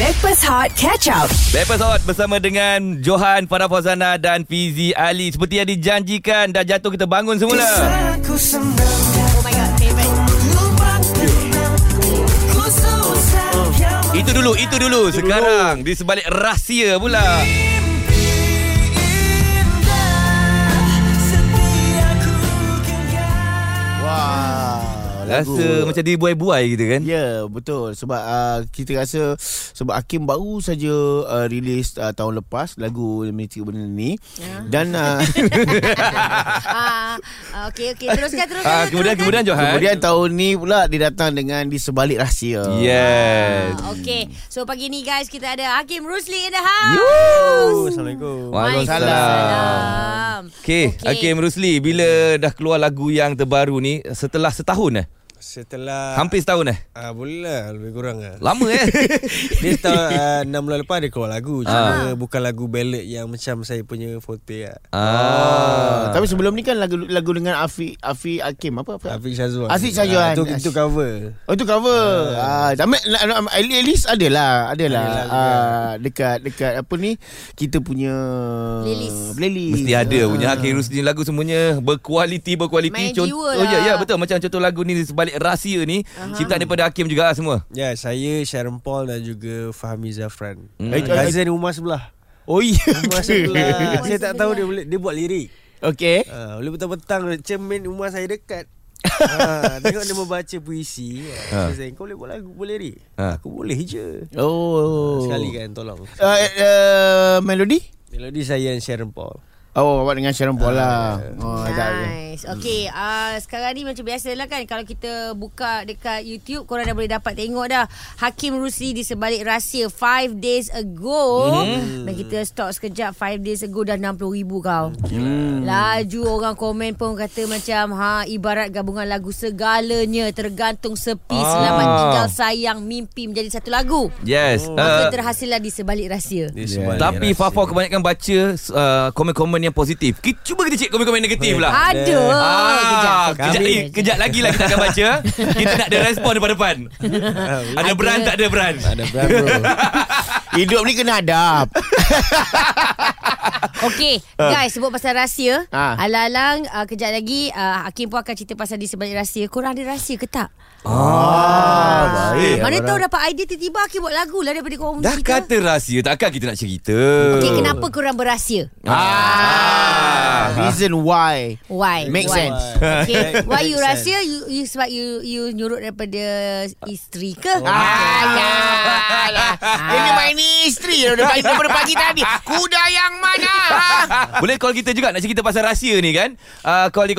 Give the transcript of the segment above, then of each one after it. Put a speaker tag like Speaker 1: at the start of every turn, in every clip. Speaker 1: Backpass Hot Catch Up.
Speaker 2: Lepas Hot bersama dengan Johan, Farah Fauzana dan Fizi Ali. Seperti yang dijanjikan, dah jatuh kita bangun semula.
Speaker 1: Oh my god, favorite.
Speaker 2: Itu dulu, itu dulu. Sekarang di sebalik rahsia pula.
Speaker 3: Wah, lagu.
Speaker 2: Rasa macam dibuai-buai gitu kan?
Speaker 3: Ya, betul. Sebab uh, kita rasa sebab Hakim baru saja uh, rilis uh, tahun lepas lagu Mesti Benda Ni ya. dan uh,
Speaker 4: Ah, ah, okey okey teruskan teruskan.
Speaker 2: Ah, kemudian
Speaker 4: teruskan.
Speaker 2: kemudian Johan.
Speaker 3: kemudian tahun ni pula dia datang dengan di sebalik rahsia.
Speaker 2: Ya. Yes.
Speaker 4: Ah, okey. So pagi ni guys kita ada Hakim Rusli in the house.
Speaker 5: Assalamualaikum.
Speaker 2: Waalaikumsalam. Okay, okay. Hakim Rusli, bila dah keluar lagu yang terbaru ni setelah setahun eh?
Speaker 5: Setelah
Speaker 2: Hampir setahun eh?
Speaker 5: ah boleh lah lebih kurang lah.
Speaker 2: Lama eh?
Speaker 5: Dia setahun ah, 6 bulan lepas dia keluar lagu
Speaker 2: Ah.
Speaker 5: Cuma bukan lagu ballad yang macam saya punya forte lah
Speaker 2: ah.
Speaker 3: Uh, tapi sebelum ni kan lagu lagu dengan Afi Afi Hakim apa apa?
Speaker 5: Afiq Syazwan
Speaker 3: Afiq Syazwan.
Speaker 5: Ah, Itu itu cover
Speaker 3: Oh tu cover. Ah, uh, uh, at least ada lah, ada lah.
Speaker 2: ya.
Speaker 5: Ada lah,
Speaker 3: Ah, dekat dekat apa ni kita punya
Speaker 4: Playlist.
Speaker 3: playlist.
Speaker 2: Mesti ada
Speaker 3: Ah.
Speaker 2: punya Hakim Rusdi ni lagu semuanya berkualiti berkualiti.
Speaker 4: Main
Speaker 2: Cont-
Speaker 4: jiwa
Speaker 2: Oh ya ya
Speaker 4: lah.
Speaker 2: betul macam contoh lagu ni di sebalik rahsia ni uh-huh. ciptaan daripada Hakim juga lah semua.
Speaker 5: Ya saya Sharon Paul dan juga Fahmi Zafran
Speaker 2: Hmm.
Speaker 5: Eh, Cousin rumah sebelah
Speaker 3: Oh ya.
Speaker 5: Rumah sebelah
Speaker 4: Rumah
Speaker 5: Saya tak tahu dia boleh Dia buat lirik
Speaker 3: Okey.
Speaker 5: Ah, Boleh petang-petang Macam main rumah saya dekat ha, Tengok dia membaca puisi
Speaker 2: Ah.
Speaker 5: ha. Saya kau boleh buat lagu Boleh lirik
Speaker 2: Ha.
Speaker 5: Aku boleh je
Speaker 3: Oh.
Speaker 5: Sekali kan tolong
Speaker 3: Uh, uh, melodi?
Speaker 5: Melodi saya dan Sharon Paul
Speaker 3: Oh, awak dengan Sharon Paul lah. Oh, tak.
Speaker 2: ya.
Speaker 4: Nice. Okey, ah sekarang ni macam biasalah kan kalau kita buka dekat YouTube korang dah boleh dapat tengok dah Hakim Rusli di sebalik rahsia 5 days ago.
Speaker 2: Hmm.
Speaker 4: Mm. Dan kita stop sekejap 5 days ago dah 60,000 kau.
Speaker 2: Hmm.
Speaker 4: Mm. Laju orang komen pun kata macam ha ibarat gabungan lagu segalanya tergantung sepi
Speaker 2: Ah.
Speaker 4: selamat tinggal sayang mimpi menjadi satu lagu.
Speaker 2: Yes.
Speaker 4: Oh,
Speaker 2: Uh,
Speaker 4: Maka terhasillah di sebalik rahsia.
Speaker 5: Dia
Speaker 3: Yeah.
Speaker 5: sebalik
Speaker 2: tapi
Speaker 5: rahsia.
Speaker 2: Fafa kebanyakan baca uh, komen-komen yang positif. Kita, cuba kita cek komen-komen negatif lah.
Speaker 4: Ada.
Speaker 2: Ah,
Speaker 4: Kejap,
Speaker 2: kejap, eh, kejap lagi lah kita akan baca Kita nak ada respon depan-depan Ada beran tak ada beran
Speaker 5: Ada berapa
Speaker 3: Hidup ni kena adab.
Speaker 4: Okey,
Speaker 2: Ah.
Speaker 4: guys sebut pasal rahsia.
Speaker 3: Ah.
Speaker 4: Alang-alang uh, kejap lagi uh, Hakim pun akan cerita pasal di sebalik rahsia. Korang ada rahsia ke tak?
Speaker 3: ah,
Speaker 2: baik.
Speaker 4: Mana tahu dapat idea tiba-tiba Hakim buat lagu lah daripada korang
Speaker 2: Ya, Dah
Speaker 4: bertiga.
Speaker 2: kata rahsia Takkan kita nak cerita
Speaker 4: Okey, kenapa korang berahsia?
Speaker 2: Ah.
Speaker 3: Reason why.
Speaker 4: Why?
Speaker 3: Make
Speaker 4: Why?
Speaker 3: sense.
Speaker 4: Okay. Why kan?
Speaker 5: Make
Speaker 4: you
Speaker 5: sense.
Speaker 4: rahsia? You, you sebab you you nyurut daripada isteri ke? Ah, ya.
Speaker 3: Alah. Ini main ni isteri dah pagi daripada pagi tadi. Kuda yang mana?
Speaker 2: Boleh call kita juga nak cerita pasal rahsia ni kan? Uh, call di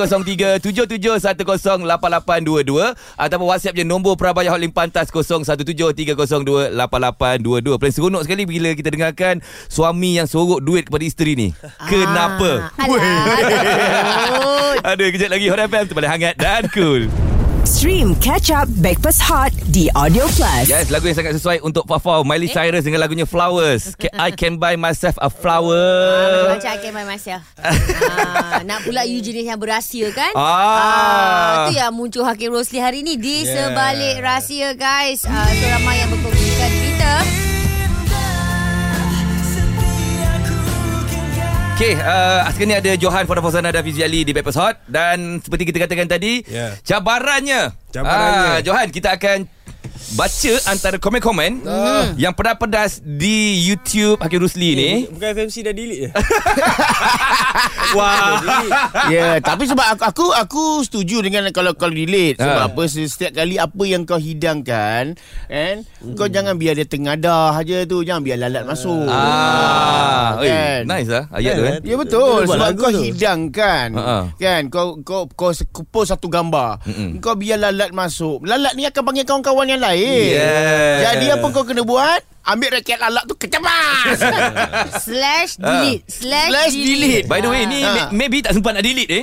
Speaker 2: 0377108822 ataupun WhatsApp je nombor Prabaya Hotline Pantas 0173028822. Paling seronok sekali bila kita dengarkan suami yang sorok duit kepada isteri ni. Kenapa? Uh.
Speaker 4: Ah, alah.
Speaker 2: Ada kejap lagi Hot FM tu paling hangat dan cool.
Speaker 1: Stream Catch Up Backpass Hot di Audio Plus.
Speaker 2: Yes, lagu yang sangat sesuai untuk Fafa Miley
Speaker 4: Eh?
Speaker 2: Cyrus dengan lagunya Flowers. Ca- I can buy myself a
Speaker 4: Ah,
Speaker 2: flower.
Speaker 4: macam I can buy myself ah, Nak pula you jenis yang berahsia kan
Speaker 2: Ah.
Speaker 4: ah Itu yang muncul Hakim Rosli hari ni Di yeah.
Speaker 5: Yeah.
Speaker 4: sebalik rahsia guys ah, So ramai yang berkomunikasi kita
Speaker 2: Okay, uh, sekarang ni ada Johan Farah Fauzana dan Fizi Ali di Backpass Hot Dan seperti kita katakan tadi
Speaker 5: Ya.
Speaker 2: Cabarannya Ah,
Speaker 5: Cabarannya.
Speaker 2: Johan, kita akan baca antara komen-komen Mhm. Yang pedas-pedas di YouTube Hakim Rusli ni
Speaker 5: Bukan FMC dah delete je
Speaker 2: Wah
Speaker 3: Ya, yeah, tapi sebab aku aku aku setuju dengan kalau kalau relate sebab
Speaker 2: Ah.
Speaker 3: apa setiap kali apa yang kau hidangkan kan kau jangan biar dia tengadah aja tu jangan biar lalat masuk.
Speaker 2: Ah, oi,
Speaker 3: Kan?
Speaker 2: Nice lah ayat tu kan
Speaker 3: Ya betul
Speaker 5: Dia buat
Speaker 3: sebab
Speaker 5: lagu
Speaker 3: kau
Speaker 5: tu.
Speaker 3: hidangkan
Speaker 2: Ha-ha.
Speaker 3: kan kau kau kau se- kau post satu gambar Mm-mm. kau biar lalat masuk lalat ni akan panggil kawan-kawan yang lain
Speaker 2: Yeah.
Speaker 3: jadi apa kau kena buat ambil rakyat lalat tu lah. kecemas
Speaker 4: Slash delete Slash,
Speaker 3: Slash delete.
Speaker 2: By the way, ni
Speaker 3: Ah.
Speaker 2: may- maybe tak sempat nak delete ni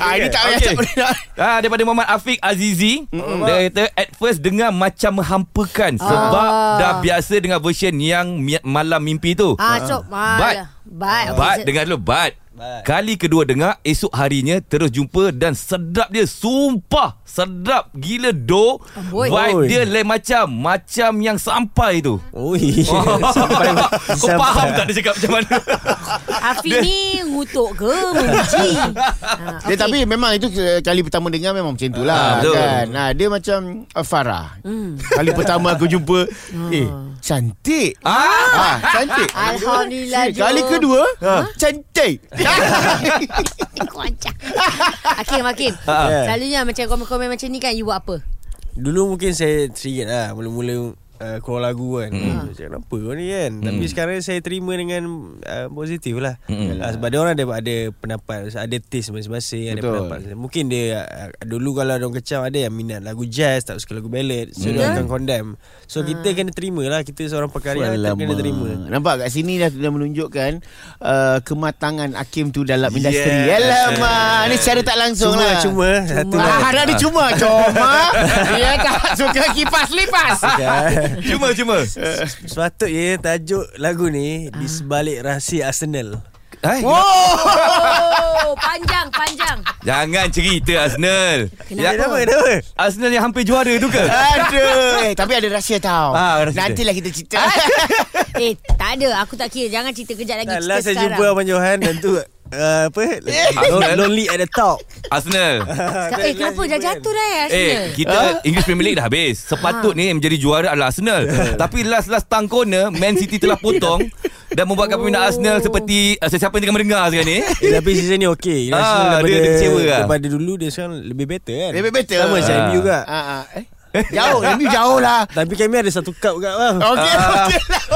Speaker 3: ah, ini tak payah
Speaker 2: Okay.
Speaker 3: tak boleh nak
Speaker 2: Ah, daripada Muhammad Afiq Azizi mm-hmm. Dia kata At first dengar macam menghampakan Sebab dah biasa dengan version yang mi- malam mimpi tu
Speaker 4: ah, so, ah,
Speaker 2: But-
Speaker 4: But, okay,
Speaker 2: But
Speaker 4: so-
Speaker 2: dengar dulu But
Speaker 5: Bye.
Speaker 2: Kali kedua dengar Esok harinya Terus jumpa Dan sedap dia Sumpah Sedap Gila do
Speaker 4: Amboi.
Speaker 2: Vibe
Speaker 5: Oi.
Speaker 2: dia lain macam Macam yang sampai tu
Speaker 5: Oi.
Speaker 2: sampai, Kau
Speaker 5: sampai.
Speaker 2: faham tak dia cakap macam mana
Speaker 4: Afi ni ngutuk ke Memuji ha,
Speaker 3: Dia tapi memang itu eh, kali pertama dengar memang macam
Speaker 2: Ah,
Speaker 3: itulah
Speaker 2: betul.
Speaker 3: kan. Nah, dia macam uh, Farah.
Speaker 4: Hmm.
Speaker 3: Kali pertama aku jumpa eh cantik.
Speaker 2: ah,
Speaker 3: Ah, cantik.
Speaker 4: Alhamdulillah, Jo. Ha?
Speaker 3: Kali kedua, ah, cantik.
Speaker 4: Kuancang Hakim Hakim
Speaker 5: Ha,
Speaker 4: Selalunya macam komen-komen macam ni kan You buat apa
Speaker 5: Dulu mungkin saya trigger lah Mula-mula uh, keluar lagu kan hmm. Saya kenapa kau ni kan hmm. Tapi sekarang saya terima dengan uh, Positif lah hmm. uh, Sebab dia orang ada, ada pendapat Ada taste masing-masing Ada
Speaker 3: Betul.
Speaker 5: pendapat Mungkin dia uh, Dulu kalau orang kecam Ada yang minat lagu jazz Tak suka lagu ballad So dia akan condemn So
Speaker 3: Hmm.
Speaker 5: kita kena terima lah Kita seorang pekarya Kita kena terima
Speaker 3: Nampak kat sini dah, dah menunjukkan uh, kematangan Hakim tu dalam industri.
Speaker 2: Yes.
Speaker 3: Yeah. Alamak, ni secara tak langsung
Speaker 5: Cuma
Speaker 3: lah.
Speaker 5: Cuma Satu
Speaker 3: Ah, dah ada cuma Cuma Dia tak suka kipas lipas
Speaker 2: Cuma cuma
Speaker 5: Ya. Sepatutnya tajuk lagu ni Di sebalik rahsia Arsenal
Speaker 2: Hai,
Speaker 4: Oh Panjang Panjang
Speaker 2: Jangan cerita Arsenal
Speaker 5: Ya, Kenapa kenapa
Speaker 2: Arsenal yang hampir juara tu ke
Speaker 3: Aduh eh, Tapi ada rahsia tau
Speaker 2: Ah, rahsia.
Speaker 3: Nantilah kita cerita
Speaker 4: Eh tak ada Aku tak kira Jangan cerita kejap lagi
Speaker 5: Tak
Speaker 4: Cerita
Speaker 5: last saya
Speaker 4: sekarang
Speaker 5: jumpa Abang Johan Dan tu uh, Apa Lon- Lonely at the top kan?
Speaker 2: Arsenal
Speaker 4: Sekarang- Eh kenapa dah jatuh dah eh Arsenal
Speaker 2: Eh, kita English Premier League dah habis. Sepatutnya yang menjadi juara adalah Arsenal. Tapi last-last tang corner, Man City telah potong dan membuatkan peminat Arsenal seperti uh, siapa yang tengah mendengar sekarang ni.
Speaker 5: eh, Tapi season ni okay
Speaker 2: Ah,
Speaker 5: Arsenal
Speaker 2: dia- dia kecewa lah.
Speaker 5: Daripada dulu Dia sekarang lebih better kan
Speaker 3: Lebih better.
Speaker 5: Sama macam
Speaker 2: Ah.
Speaker 5: MU juga
Speaker 3: ah, ah, eh? Jauh Remy jauh lah
Speaker 5: Tapi kami ada satu cup kat bang
Speaker 3: Okey okey lah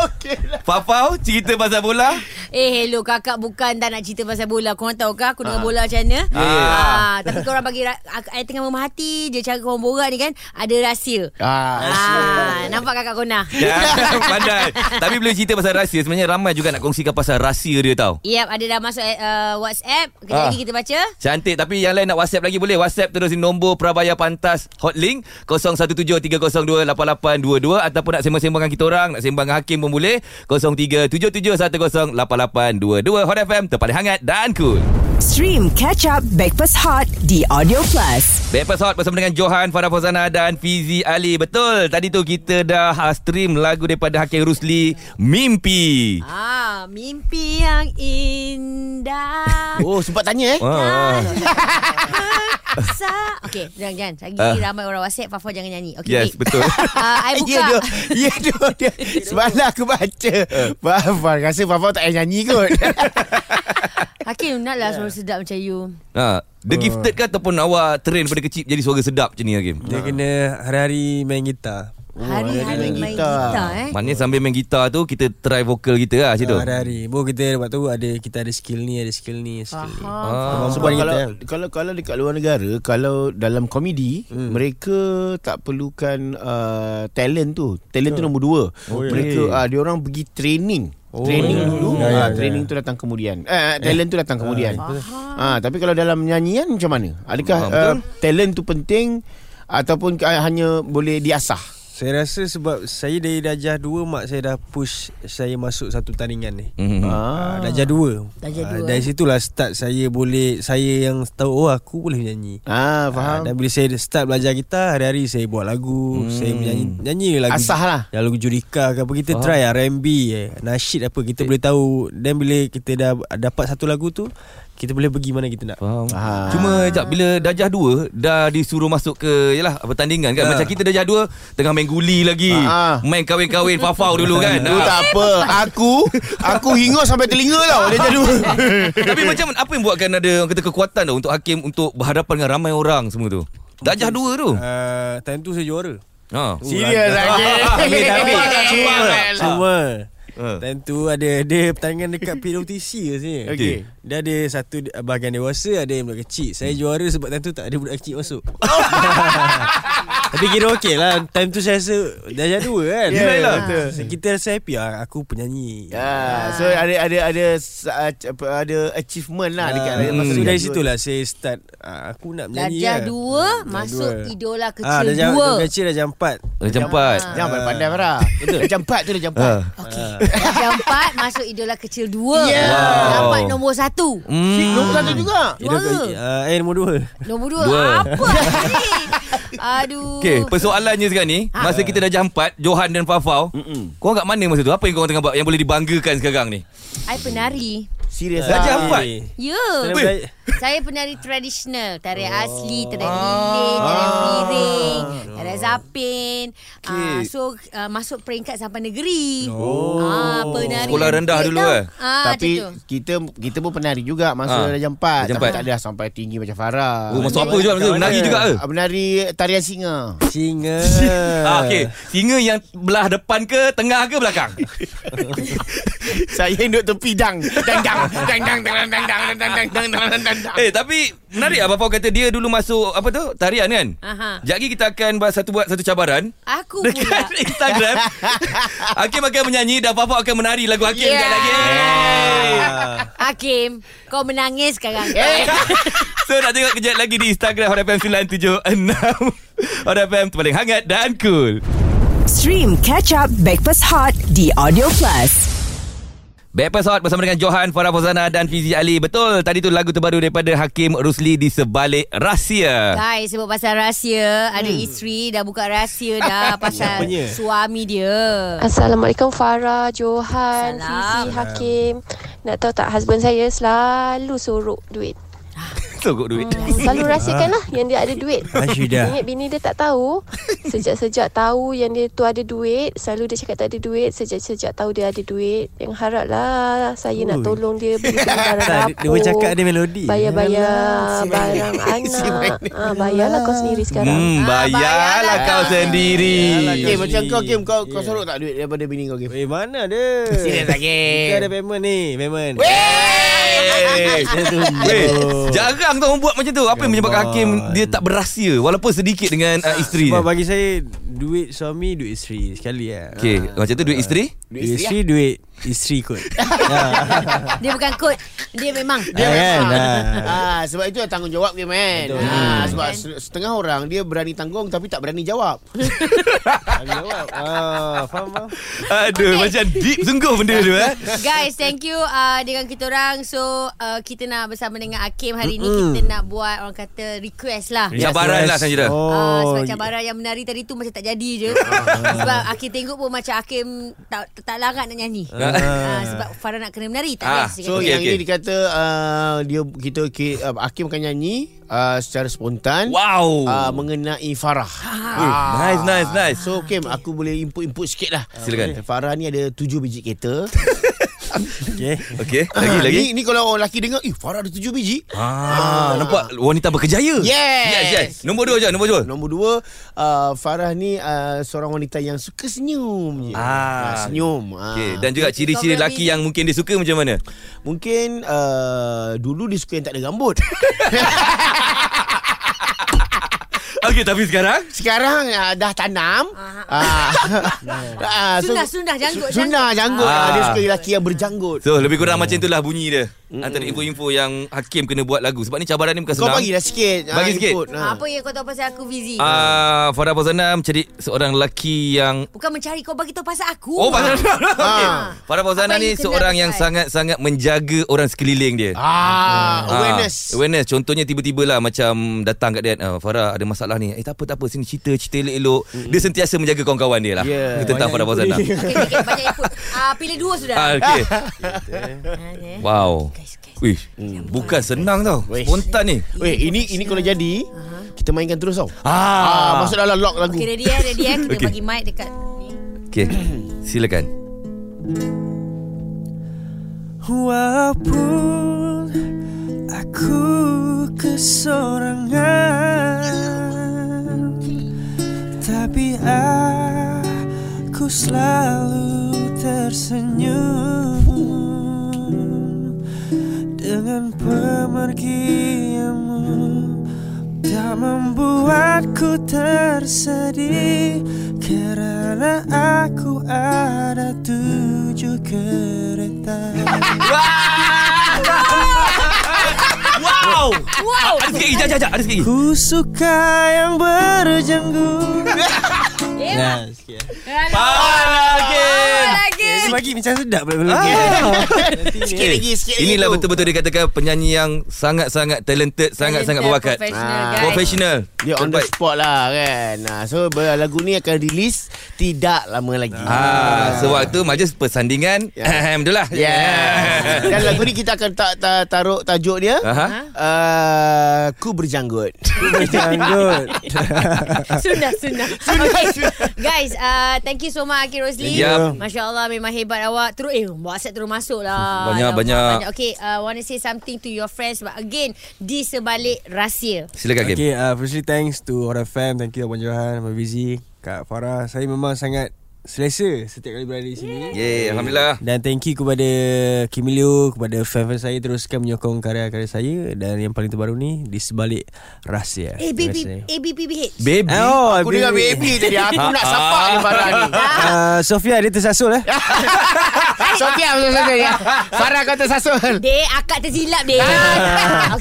Speaker 3: Okey lah
Speaker 2: Fafau cerita pasal bola.
Speaker 4: Eh hello kakak bukan tak nak cerita pasal bola Korang tahu ke aku
Speaker 5: Ah.
Speaker 4: dengan bola macam
Speaker 5: Eh.
Speaker 2: Ya,
Speaker 4: mana
Speaker 2: ya.
Speaker 4: Ah, Tapi korang bagi ra- aku- Saya tengah memahati je Cara korang borak ni kan Ada rahsia
Speaker 3: ah.
Speaker 4: Ah, nampak kakak Kona
Speaker 5: Ya.
Speaker 2: Jangan Ya, pandai. Tapi bila cerita pasal rahsia, sebenarnya ramai juga nak kongsikan pasal rahsia dia tau.
Speaker 4: Yep, ada dah masuk uh, WhatsApp. Kejap
Speaker 2: Ah.
Speaker 4: lagi kita baca.
Speaker 2: Cantik tapi yang lain nak WhatsApp lagi boleh WhatsApp terus di nombor Prabaya Pantas Hotlink 0173028822 ataupun nak sembang-sembang dengan kita orang nak sembang dengan Hakim pun boleh 0377108822 Hot FM terpaling hangat dan cool
Speaker 1: Stream Catch Up Backpass Hot di Audio Plus.
Speaker 2: Breakfast Hot bersama dengan Johan, Farah Fauzana dan Fizi Ali. Betul, tadi tu kita dah ah, stream lagu daripada Hakim Rusli, Mimpi.
Speaker 4: Ah, mimpi yang indah.
Speaker 3: Oh sempat tanya eh
Speaker 2: Ah.
Speaker 4: Sa- okay, jangan jangan. Lagi
Speaker 2: Ah.
Speaker 4: ramai orang WhatsApp, Fafa jangan nyanyi. Okay.
Speaker 2: Yes,
Speaker 4: baik.
Speaker 2: betul.
Speaker 4: Ah, I buka.
Speaker 3: Ya dia Ya dia, dia. Semalam aku baca Fafan Rasa Fafan tak payah nyanyi kot
Speaker 4: Hakim naklah suara sedap macam you.
Speaker 2: Ha, the gifted ke ataupun awak train pada kecil jadi suara sedap macam ni Hakim?
Speaker 5: Dia kena hari-hari main gitar
Speaker 3: main
Speaker 4: Hari-hari main
Speaker 3: gitar.
Speaker 4: gitar eh.
Speaker 2: Maknanya sambil main gitar tu Kita try vokal kita lah Macam tu
Speaker 5: Ah, Hari-hari Baru kita lepas tu ada, Kita ada skill ni Ada skill ni Skill ni
Speaker 2: Ah.
Speaker 5: Perempuan
Speaker 3: Sebab
Speaker 5: kita
Speaker 3: kalau,
Speaker 5: kan.
Speaker 3: kalau kalau dekat luar negara kalau dalam komedi hmm. mereka tak perlukan uh, talent tu. Talent tu nombor dua. Oh, mereka yeah. uh, dia orang pergi training. Oh, training
Speaker 5: ya.
Speaker 3: dulu,
Speaker 5: Ya,
Speaker 3: yeah,
Speaker 5: ya, ya.
Speaker 3: training tu datang kemudian. Eh, talent tu datang kemudian. Ah, tapi kalau dalam nyanyian macam mana? Adakah
Speaker 2: Ah,
Speaker 3: uh,
Speaker 2: betul.
Speaker 3: talent tu penting ataupun uh, hanya boleh diasah?
Speaker 5: Saya rasa sebab Saya dari darjah 2 Mak saya dah push Saya masuk satu tandingan ni
Speaker 2: Mhm.
Speaker 5: Ah, darjah dua.
Speaker 4: Darjah
Speaker 5: Ah,
Speaker 4: dua,
Speaker 5: dari situlah start saya boleh saya yang tahu oh aku boleh menyanyi.
Speaker 3: Ah,
Speaker 5: Ah,
Speaker 3: faham.
Speaker 5: dan bila saya start belajar gitar hari-hari saya buat lagu, hmm. saya menyanyi nyanyi lagu.
Speaker 3: Asah lah.
Speaker 5: Ya, lagu Jurika ke apa kita try R&B eh, nasyid apa kita boleh tahu. Dan bila kita dah dapat satu lagu tu, kita boleh pergi mana kita nak.
Speaker 2: Faham Cuma sekejap Bila darjah 2 Dah disuruh masuk ke Yalah pertandingan kan Macam kita darjah 2 Tengah main guli lagi
Speaker 3: Ah.
Speaker 2: Main kahwin-kahwin Fafau dulu kan
Speaker 3: Tu
Speaker 2: Ah.
Speaker 3: tak apa. Aku aku hingus sampai telinga tau. Dia jadi
Speaker 2: Tapi macam mana- Apa yang buatkan ada Orang kata kekuatan tu Untuk Hakim Untuk berhadapan dengan ramai orang Semua tu Darjah 2 tu
Speaker 5: Uh, time tu saya juara.
Speaker 2: Ha.
Speaker 3: Serius lagi.
Speaker 5: Tapi tapi cuma cuma
Speaker 2: Ah.
Speaker 3: Ha.
Speaker 5: Time tu ada dia pertandingan dekat PWTC rasanya.
Speaker 2: Okey.
Speaker 5: Dia ada satu di-
Speaker 3: Hmm.
Speaker 5: bahagian dewasa, ada yang budak kecil. Saya juara sebab time tu tak ada budak kecil masuk. Tapi kira okey lah Time tu saya rasa Dah jadi dua kan
Speaker 3: Ya,
Speaker 5: lah.
Speaker 3: betul.
Speaker 5: So, Kita rasa happy lah Aku penyanyi
Speaker 3: Ya, so ada ada ada sa- ada achievement lah dekat
Speaker 5: Ah,
Speaker 2: Hmm.
Speaker 3: masa
Speaker 5: So
Speaker 3: dekat
Speaker 5: dari
Speaker 3: tu. Ya,
Speaker 5: situ lah Saya start ah, Aku nak menyanyi
Speaker 4: Darjah
Speaker 5: lah.
Speaker 4: dua
Speaker 5: Darjah
Speaker 4: Masuk
Speaker 5: dua.
Speaker 4: idola kecil
Speaker 5: Ah, darjah,
Speaker 4: dua
Speaker 5: Darjah kecil darjah empat
Speaker 2: Dah jam 4
Speaker 3: Jangan pandai-pandai lah. marah. Jam 4 tu dah jam
Speaker 2: Ah.
Speaker 3: 4.
Speaker 4: Okey Darjah empat Masuk idola kecil dua
Speaker 3: Yeah.
Speaker 2: Wow.
Speaker 4: Dapat nombor satu
Speaker 3: Sik nombor
Speaker 2: Hmm.
Speaker 3: satu juga.
Speaker 5: Idola
Speaker 4: Dua.
Speaker 5: ke- ah, Eh nombor dua
Speaker 4: Nombor dua,
Speaker 2: Dua.
Speaker 4: Apa ni Aduh
Speaker 2: Okay persoalannya sekarang ni ha. Masa kita dah jam 4 Johan dan Fafau Mm-mm. Korang kat mana masa tu Apa yang korang tengah buat Yang boleh dibanggakan sekarang ni
Speaker 4: I penari
Speaker 3: Serius
Speaker 2: Dah
Speaker 3: lah.
Speaker 2: jam 4
Speaker 5: Eh,
Speaker 4: Ya
Speaker 5: saya
Speaker 2: Weh.
Speaker 5: belajar-
Speaker 4: Saya penari tradisional Tarian oh. asli Tarian lilin
Speaker 2: Ah.
Speaker 4: Tarian piring Tarian zapin okay. uh, So uh, Masuk peringkat sampai negeri oh. uh, penari
Speaker 2: Sekolah
Speaker 4: bukit
Speaker 2: rendah dulu,
Speaker 4: tau.
Speaker 2: eh?
Speaker 4: Ah,
Speaker 3: Tapi
Speaker 4: macam tu.
Speaker 3: kita kita pun penari juga masa
Speaker 2: Ah.
Speaker 3: dah jam
Speaker 2: Jam
Speaker 3: 4. Tapi
Speaker 2: empat.
Speaker 3: tak ada lah sampai tinggi macam Farah.
Speaker 2: Oh, masuk apa juga masa tu? Menari juga ke?
Speaker 3: Ah, Menari tarian singa.
Speaker 5: Singa Eh.
Speaker 2: Ah, okay. Singa yang belah depan ke, tengah ke, belakang?
Speaker 3: Saya duduk tepi dang. Dang dang dang dang dang dang dang dang dang dang dang dang dang. dang.
Speaker 2: eh, tapi menarik lah Bapak kata dia dulu masuk, apa tu, tarian kan?
Speaker 4: Aha.
Speaker 2: Sekejap lagi kita akan buat satu buat satu cabaran.
Speaker 4: Aku pula
Speaker 2: Dekat Instagram Hakim akan menyanyi Dan Bapak akan menari lagu Hakim yeah.
Speaker 4: Yeah.
Speaker 2: dekat
Speaker 4: Ah,
Speaker 2: lagi
Speaker 5: Ah.
Speaker 4: Hakim Kau menangis sekarang Eh,
Speaker 2: So nak tengok kejap lagi di Instagram Hot FM 976 Hot FM tu paling hangat dan cool
Speaker 1: Stream Catch Up Breakfast Hot di Audio Plus.
Speaker 2: Backpass Hot bersama dengan Johan, Farah Fozana dan Fizi Ali Betul, tadi tu lagu terbaru daripada Hakim Rusli Di Sebalik Rahsia
Speaker 4: Guys sebab pasal rahsia Ada
Speaker 2: Hmm.
Speaker 4: isteri Dah buka rahsia dah Pasal
Speaker 5: Siapanya?
Speaker 4: suami dia
Speaker 6: Assalamualaikum Farah, Johan,
Speaker 4: Salam.
Speaker 6: Fizi, Hakim. Nak tahu tak husband saya selalu sorok duit.
Speaker 2: Sogok duit
Speaker 4: Oh.
Speaker 6: Selalu rahsiakan lah yang dia ada duit.
Speaker 5: Asyidah.
Speaker 6: Bini, bini dia tak tahu. Sejak-sejak tahu yang dia tu ada duit, selalu dia cakap tak ada duit. Sejak-sejak tahu dia ada duit. Yang haraplah saya
Speaker 5: Ui.
Speaker 6: nak tolong dia beli barang
Speaker 5: Tak, dia-
Speaker 6: dapur.
Speaker 5: dia bercakap ada melodi.
Speaker 6: Bayar-bayar barang anak. Ah, bayarlah kau sendiri sekarang.
Speaker 2: Hmm, bayarlah
Speaker 4: bayarlah
Speaker 2: kau
Speaker 4: kau
Speaker 2: sendiri
Speaker 3: Eh macam kau Kim kau kau
Speaker 2: Ya.
Speaker 5: Yeah.
Speaker 3: sorok tak duit daripada bini kau Kim?
Speaker 5: Eh mana dia
Speaker 3: Serius lah, Kim.
Speaker 5: Kita ada payment ni Payment Eh,
Speaker 2: Hey! Weh, Eh, jarang tau orang buat macam tu. Apa yang menyebabkan hakim dia tak berahsia walaupun sedikit dengan uh, isteri
Speaker 5: Sebab
Speaker 2: dia.
Speaker 5: bagi saya Duit suami Duit isteri Sekali lah
Speaker 2: Okey, macam tu duit isteri? lah.
Speaker 5: Duit isteri Duit isteri kot
Speaker 4: Dia bukan kot Dia memang
Speaker 5: Dia kan ah.
Speaker 3: Ah, sebab itu tanggungjawab dia man.
Speaker 5: Betul.
Speaker 2: Hmm.
Speaker 3: Ah, sebab se- setengah orang dia berani tanggung tapi tak berani jawab.
Speaker 5: Aku jawab ah, Faham faham
Speaker 2: Aduh, macam deep sungguh benda tu eh.
Speaker 4: Guys, thank you uh, dengan kita orang. So, uh, kita nak bersama dengan Hakim hari ni
Speaker 5: Mm-mm.
Speaker 4: kita nak buat orang kata request lah.
Speaker 2: Ya. Cabaran lah, Sanjira.
Speaker 4: Oh, sebab cabaran yang menari tadi tu macam tak jadi je. sebab Hakim tengok pun macam Hakim tak tak larat nak nyanyi.
Speaker 5: Ah.
Speaker 4: Ah, sebab Farah nak kena menari tak
Speaker 2: Ah,
Speaker 4: best dia
Speaker 3: So
Speaker 4: kata.
Speaker 2: Okey,
Speaker 3: okay, yang
Speaker 2: okey.
Speaker 3: okay. ini dikata uh, dia kita ki, uh, Hakim akan nyanyi uh, secara spontan
Speaker 2: Wow.
Speaker 3: uh, mengenai Farah.
Speaker 2: Eh, nice, nice, nice.
Speaker 3: So Kim okay. aku boleh input-input sikit lah.
Speaker 2: Silakan.
Speaker 3: Okay. Farah ni ada tujuh biji kereta. Ah,
Speaker 5: Okay
Speaker 2: Okey, lagi lagi.
Speaker 3: Ni, ni kalau orang lelaki dengar, eh Farah ada tujuh biji.
Speaker 2: Ah, nampak wanita berkejaya.
Speaker 3: Yes.
Speaker 2: Yes, yes. Nombor dua je, nombor dua.
Speaker 3: Nombor dua, uh, Farah ni uh, seorang wanita yang suka senyum je.
Speaker 2: Ah.
Speaker 3: senyum. Ah.
Speaker 2: Okey, dan juga ciri-ciri lelaki yang mungkin dia suka macam mana?
Speaker 3: Mungkin uh, dulu dia suka yang tak ada rambut.
Speaker 2: Okey, tapi sekarang
Speaker 3: Sekarang uh, dah tanam. Ah. Ah, so-
Speaker 4: Sunnah, sunnah, janggut,
Speaker 3: su- Sunnah janggut.
Speaker 2: Ah.
Speaker 3: Ah. Dia suka lelaki yang berjanggut.
Speaker 2: So lebih kurang macam itulah bunyi dia Antara info-info yang Hakim kena buat lagu Sebab ni cabaran ni bukan
Speaker 3: Kau
Speaker 2: senang
Speaker 3: bagilah sikit.
Speaker 2: Bagi
Speaker 3: ah,
Speaker 2: sikit.
Speaker 3: input, ah.
Speaker 4: Apa yang kau tahu pasal aku Fizi?
Speaker 2: Ah, Farah Fauzana mencari seorang lelaki yang
Speaker 4: Bukan mencari kau bagi tahu pasal aku.
Speaker 2: Oh,
Speaker 3: Uh.
Speaker 2: Farah Fauzana. Okey.
Speaker 3: Ah.
Speaker 2: Farah Fauzana
Speaker 4: Apa
Speaker 2: ni
Speaker 4: yang you kena
Speaker 2: seorang yang
Speaker 4: pasal?
Speaker 2: sangat-sangat menjaga orang sekeliling dia.
Speaker 3: Ah,
Speaker 2: Ah,
Speaker 3: awareness.
Speaker 2: Awareness Contohnya tiba-tiba lah Macam datang kat dia ah, Farah ada masalah ni Eh tak apa tak apa Sini cerita Cerita elok-elok Dia sentiasa menjaga kawan-kawan dia lah
Speaker 3: Yeah.
Speaker 2: Tentang Farah Fauzana
Speaker 4: Okey, okey, okey, banyak input. Ah, pilih dua sudah.
Speaker 2: ah, okay.
Speaker 4: eh.
Speaker 2: Wow
Speaker 4: Guys, guys.
Speaker 2: Wih, Bukan senang tau
Speaker 3: Weh.
Speaker 2: Spontan ni
Speaker 3: Weh, ini ini kalau jadi, kita mainkan terus tau.
Speaker 2: Ah,
Speaker 3: Ah, masuk dalam lock lagu.
Speaker 4: Okey, ready eh, ready eh. Kita
Speaker 2: Okey.
Speaker 4: bagi mic dekat ni.
Speaker 2: Okay Silakan
Speaker 5: Walaupun aku kesorangan Tapi aku selalu tersenyum Dengan pemergianmu Kau Kau membuatku tersedih Kerana aku ada tujuh kereta
Speaker 2: Wow. Wow. Ada sikit lagi. Jap, jap, jap. Ada sikit lagi.
Speaker 5: Ku suka yang berjenggu Nah, sikit
Speaker 2: Power lagi.
Speaker 4: lagi.
Speaker 5: Dia bagi macam sedap pula Eh. ah.
Speaker 3: Sikit lagi, sikit lagi
Speaker 2: Inilah
Speaker 3: tu.
Speaker 2: betul-betul dikatakan penyanyi yang sangat-sangat talented, sangat-sangat berbakat.
Speaker 4: Professional,
Speaker 3: Ah.
Speaker 4: guys.
Speaker 2: Professional.
Speaker 3: Dia on the
Speaker 2: Terbaik.
Speaker 3: spot lah kan Ah, So ber- lagu ni akan rilis Tidak lama lagi
Speaker 2: Ah, sewaktu majlis persandingan.
Speaker 3: Ya.
Speaker 2: Yeah. Ahem, itulah.
Speaker 3: Yeah. Dan lagu ni kita akan tak ta- taruh tajuk dia.
Speaker 2: Aha.
Speaker 3: Uh, ku berjanggut.
Speaker 5: Janggut
Speaker 4: Sunnah Sunnah Okay Guys uh, Thank you so much Akhil Rosli
Speaker 2: Thank you.
Speaker 4: Masya Allah Memang hebat awak Terus eh WhatsApp terus masuk lah
Speaker 2: Banyak,
Speaker 4: Alamak,
Speaker 2: banyak.
Speaker 4: Okay uh, want to say something to your friends But again Di sebalik rahsia
Speaker 2: Silakan, Kim.
Speaker 5: Okay, uh, firstly thanks to Hot FM Thank you Abang Johan, Abang Fizi Kak Farah Saya memang sangat selesa setiap kali berada di sini
Speaker 2: Yeay, Alhamdulillah.
Speaker 5: Dan thank you kepada Kimilio Kepada fan-fan saya Teruskan menyokong karya-karya saya Dan yang paling terbaru ni Di sebalik rahsia
Speaker 4: Eh
Speaker 5: Terima
Speaker 4: baby
Speaker 5: kasih.
Speaker 4: Eh baby BH
Speaker 2: Baby. Ah,
Speaker 5: Oh,
Speaker 3: Aku dengar baby tadi. Aku nak sapak ni Farah ni.
Speaker 5: Uh, Sofia dia tersasul eh
Speaker 3: Sofia, Sofia, ya. Farah kau tersasul.
Speaker 4: Dek akak tersilap dek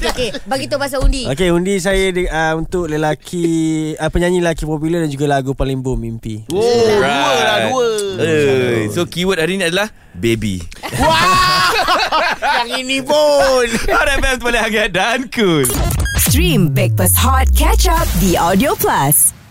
Speaker 4: Okay okay Bagi tahu pasal undi
Speaker 5: Okay undi saya di, uh, Untuk lelaki uh, Penyanyi lelaki popular Dan juga lagu paling boom Mimpi
Speaker 3: Oh, dua lah, dua.
Speaker 2: Eh, so keyword hari ni adalah baby.
Speaker 3: Yang ini pun.
Speaker 2: Ada best boleh hangat dan cool.
Speaker 1: Stream Breakfast Hot Catch Up The Audio Plus.